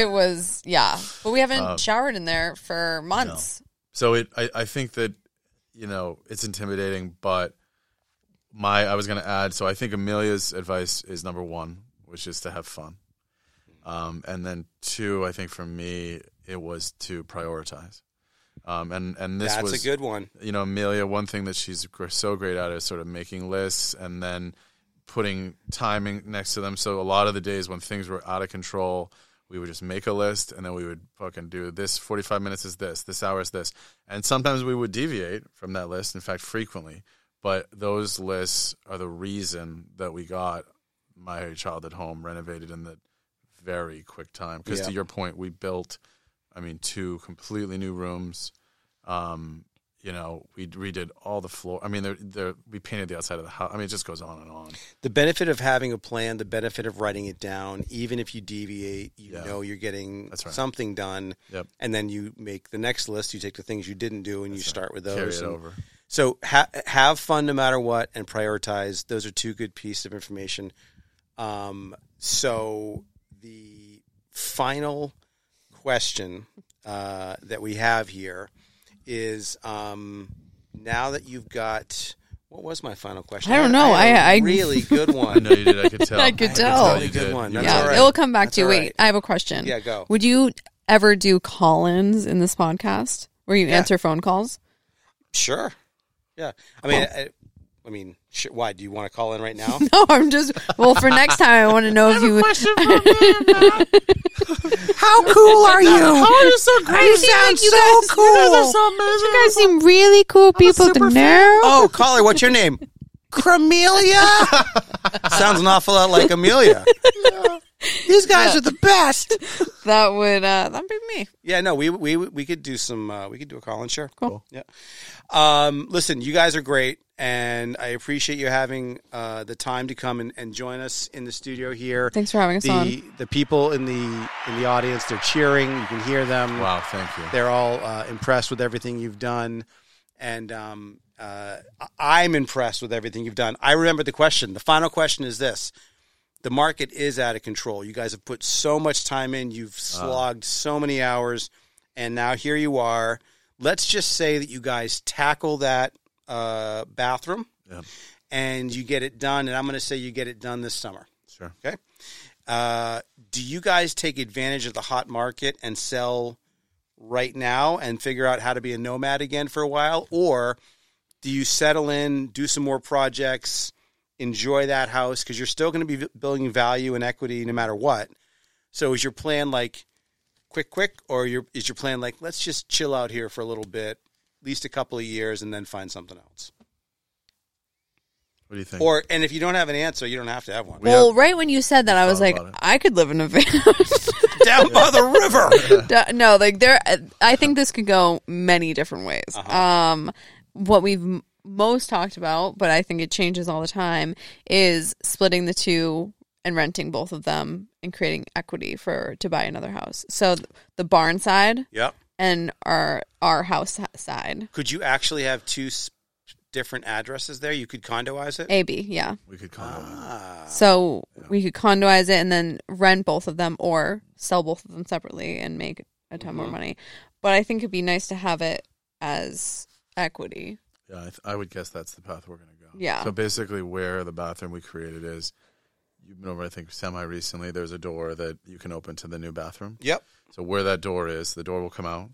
it was yeah. But we haven't showered in there for months.
So it, I, I think that, you know, it's intimidating, but my, I was going to add, so I think Amelia's advice is number one, which is to have fun. Um, and then two, I think for me, it was to prioritize. Um, and, and this
That's
was,
a good one.
you know, Amelia, one thing that she's gr- so great at is sort of making lists and then putting timing next to them. So a lot of the days when things were out of control, we would just make a list and then we would fucking do this 45 minutes is this, this hour is this. And sometimes we would deviate from that list, in fact, frequently. But those lists are the reason that we got my childhood home renovated in the very quick time. Because
Yeah.
to your point, we built, I mean, two completely new rooms. Um, you know, we redid all the floor. I mean, there, there, we painted the outside of the house. I mean, it just goes on and on.
The benefit of having a plan, the benefit of writing it down, even if you deviate, you
Yeah.
know you're getting
That's right.
something done.
Yep.
And then you make the next list, you take the things you didn't do and you start with those.
Carry it
and-
over.
So ha- have fun no matter what and prioritize. Those are two good pieces of information. Um, so the final question uh, that we have here is um, now that you've got what was my final question?
I
had-
don't know.
had a
I- I-
<laughs> really good
I
one.
know you did.
<laughs>
I could tell.
I could tell.
you
Good
did.
one.
You
That's
Yeah,
all right.
it will come back
That's
to you.
all
Wait,
right.
I have a question.
Yeah, go.
Would you ever do call-ins in this podcast where you answer phone calls? <laughs>
Sure. Yeah. I mean, I, I mean, sh- why do you want to call in right now?
No, I'm just well for next time. I want to know if you.
How <laughs> cool are you? How are you so great? You sound so cool.
You guys seem really cool people to know.
Oh, caller, what's your name? Cremelia? <laughs> Sounds an awful lot like Amelia. These guys are the best.
That would uh, that'd be me.
Yeah, no, we we we could do some uh, we could do a call in sure.
Cool.
Yeah. Um, listen, you guys are great and I appreciate you having uh, the time to come and, and join us in the studio here.
Thanks for having us
the
on.
the people in the in the audience, they're cheering, you can hear them.
Wow, thank you.
They're all uh, impressed with everything you've done, and um, uh, I- I'm impressed with everything you've done. I remember the question. The final question is this: The
Uh.
market is out of control. You guys have put so much time in. You've slogged so many hours, and now here you are. Let's just say that you guys tackle that uh, bathroom
Yeah.
and you get it done. And I'm going to say you get it done this summer.
Sure.
Okay. Uh, do you guys take advantage of the hot market and sell right now and figure out how to be a nomad again for a while? Or do you settle in, do some more projects, enjoy that house? Because you're still going to be v- building value and equity no matter what. So is your plan like quick, quick, or your, is your plan like let's just chill out here for a little bit, at least a couple of years, and then find something else?
What do you think?
Or and if you don't have an answer, you don't have to have one.
We
well,
have-
right when you said that, I was
thought
like,
about it.
I could live in
<laughs>
a
<laughs>
van. <laughs>
Down by the river.
D- no, like there, I think this could go many different ways.
Uh-huh.
Um, what we've m- most talked about, but I think it changes all the time, is splitting the two and renting both of them and creating equity for to buy another house. So th- the barn side
Yep.
and our our house h- side.
Could you actually have two s- different addresses there? You could condoize it.
AB, yeah.
we could call it.
Ah,
So we could condoize it and then rent both of them or sell both of them separately and make a ton
Mm-hmm.
more money. But I think it'd be nice to have it as equity.
Yeah, I, th- I would guess that's the path we're going to go.
Yeah.
So basically, where the bathroom we created is, you know, I think semi recently, there's a door that you can open to the new bathroom.
yep.
So where that door is, the door will come out,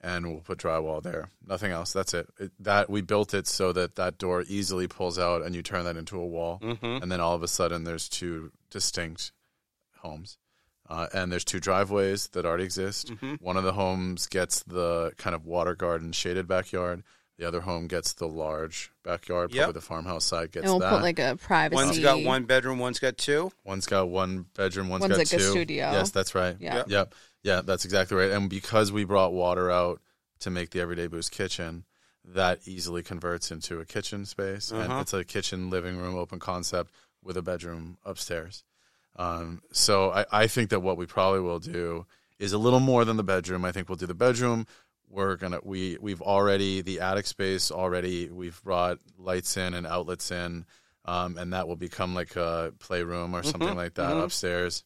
and we'll put drywall there. Nothing else. That's it. it that we built it so that that door easily pulls out, and you turn that into a wall,
Mhm.
<laughs> and then all of a sudden there's two distinct homes. Uh, and there's two driveways that already exist. One of the homes gets the kind of water garden shaded backyard. The other home gets the large backyard.
Yep.
Probably the farmhouse side gets
and we'll
that.
put like a privacy.
One's got one bedroom, one's got two.
One's got one bedroom, one's
One's
got
like a
two.
studio.
Yes, that's right.
Yeah.
Yep.
Yep. Yeah, that's exactly right. And because we brought water out to make the Everyday Boost kitchen, that easily converts into a kitchen space.
Uh-huh.
And it's a kitchen, living room, open concept with a bedroom upstairs. Um, so I, I think that what we probably will do is a little more than the bedroom. I think we'll do the bedroom. We're gonna we we've already the attic space already we've brought lights in and outlets in, um, and that will become like a playroom or something like that
mhm.
upstairs.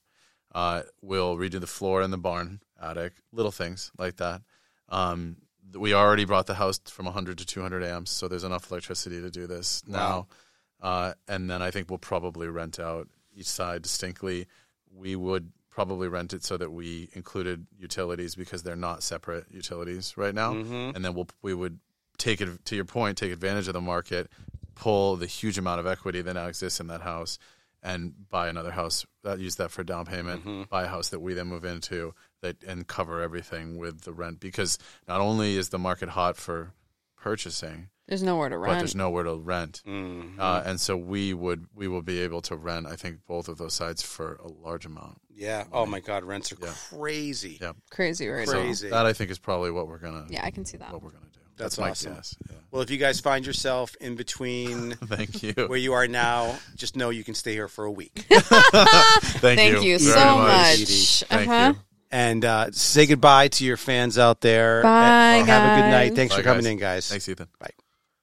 Uh, we'll redo the floor in the barn attic, little things like that. Um, th- we already brought the house from 100 to 200 amps, so there's enough electricity to do this
Wow.
now. Uh, and then I think we'll probably rent out each side distinctly. We would probably rent it so that we included utilities because they're not separate utilities right now.
Mhm.
And then we'll, we would take it to your point, take advantage of the market, pull the huge amount of equity that now exists in that house, and buy another house. That use that for down payment, buy a house that we then move into that and cover everything with the rent because not only is the market hot for purchasing,
There's nowhere to
but
run.
there's nowhere to rent.
Mm-hmm.
Uh, and so we would we will be able to rent. I think both of those sites for a large amount.
Yeah. Oh my God, rents are
Yeah.
crazy.
Yeah.
Crazy right
So
now.
Crazy.
that I think is probably what we're gonna
Yeah, I can see that.
what we're gonna do.
That's
my
awesome.
guess. Yeah. <laughs>
Well, if you guys find yourself in between
Thank you.
where you are now, just know you can stay here for a week
Thank,
Thank you,
very
so much.
Thank
Uh-huh.
you.
and uh, say goodbye to your fans out there.
Bye,
Uh, Have a good
guys.
night. Thanks
Bye,
for coming
guys.
in, guys.
Thanks, Ethan.
Bye.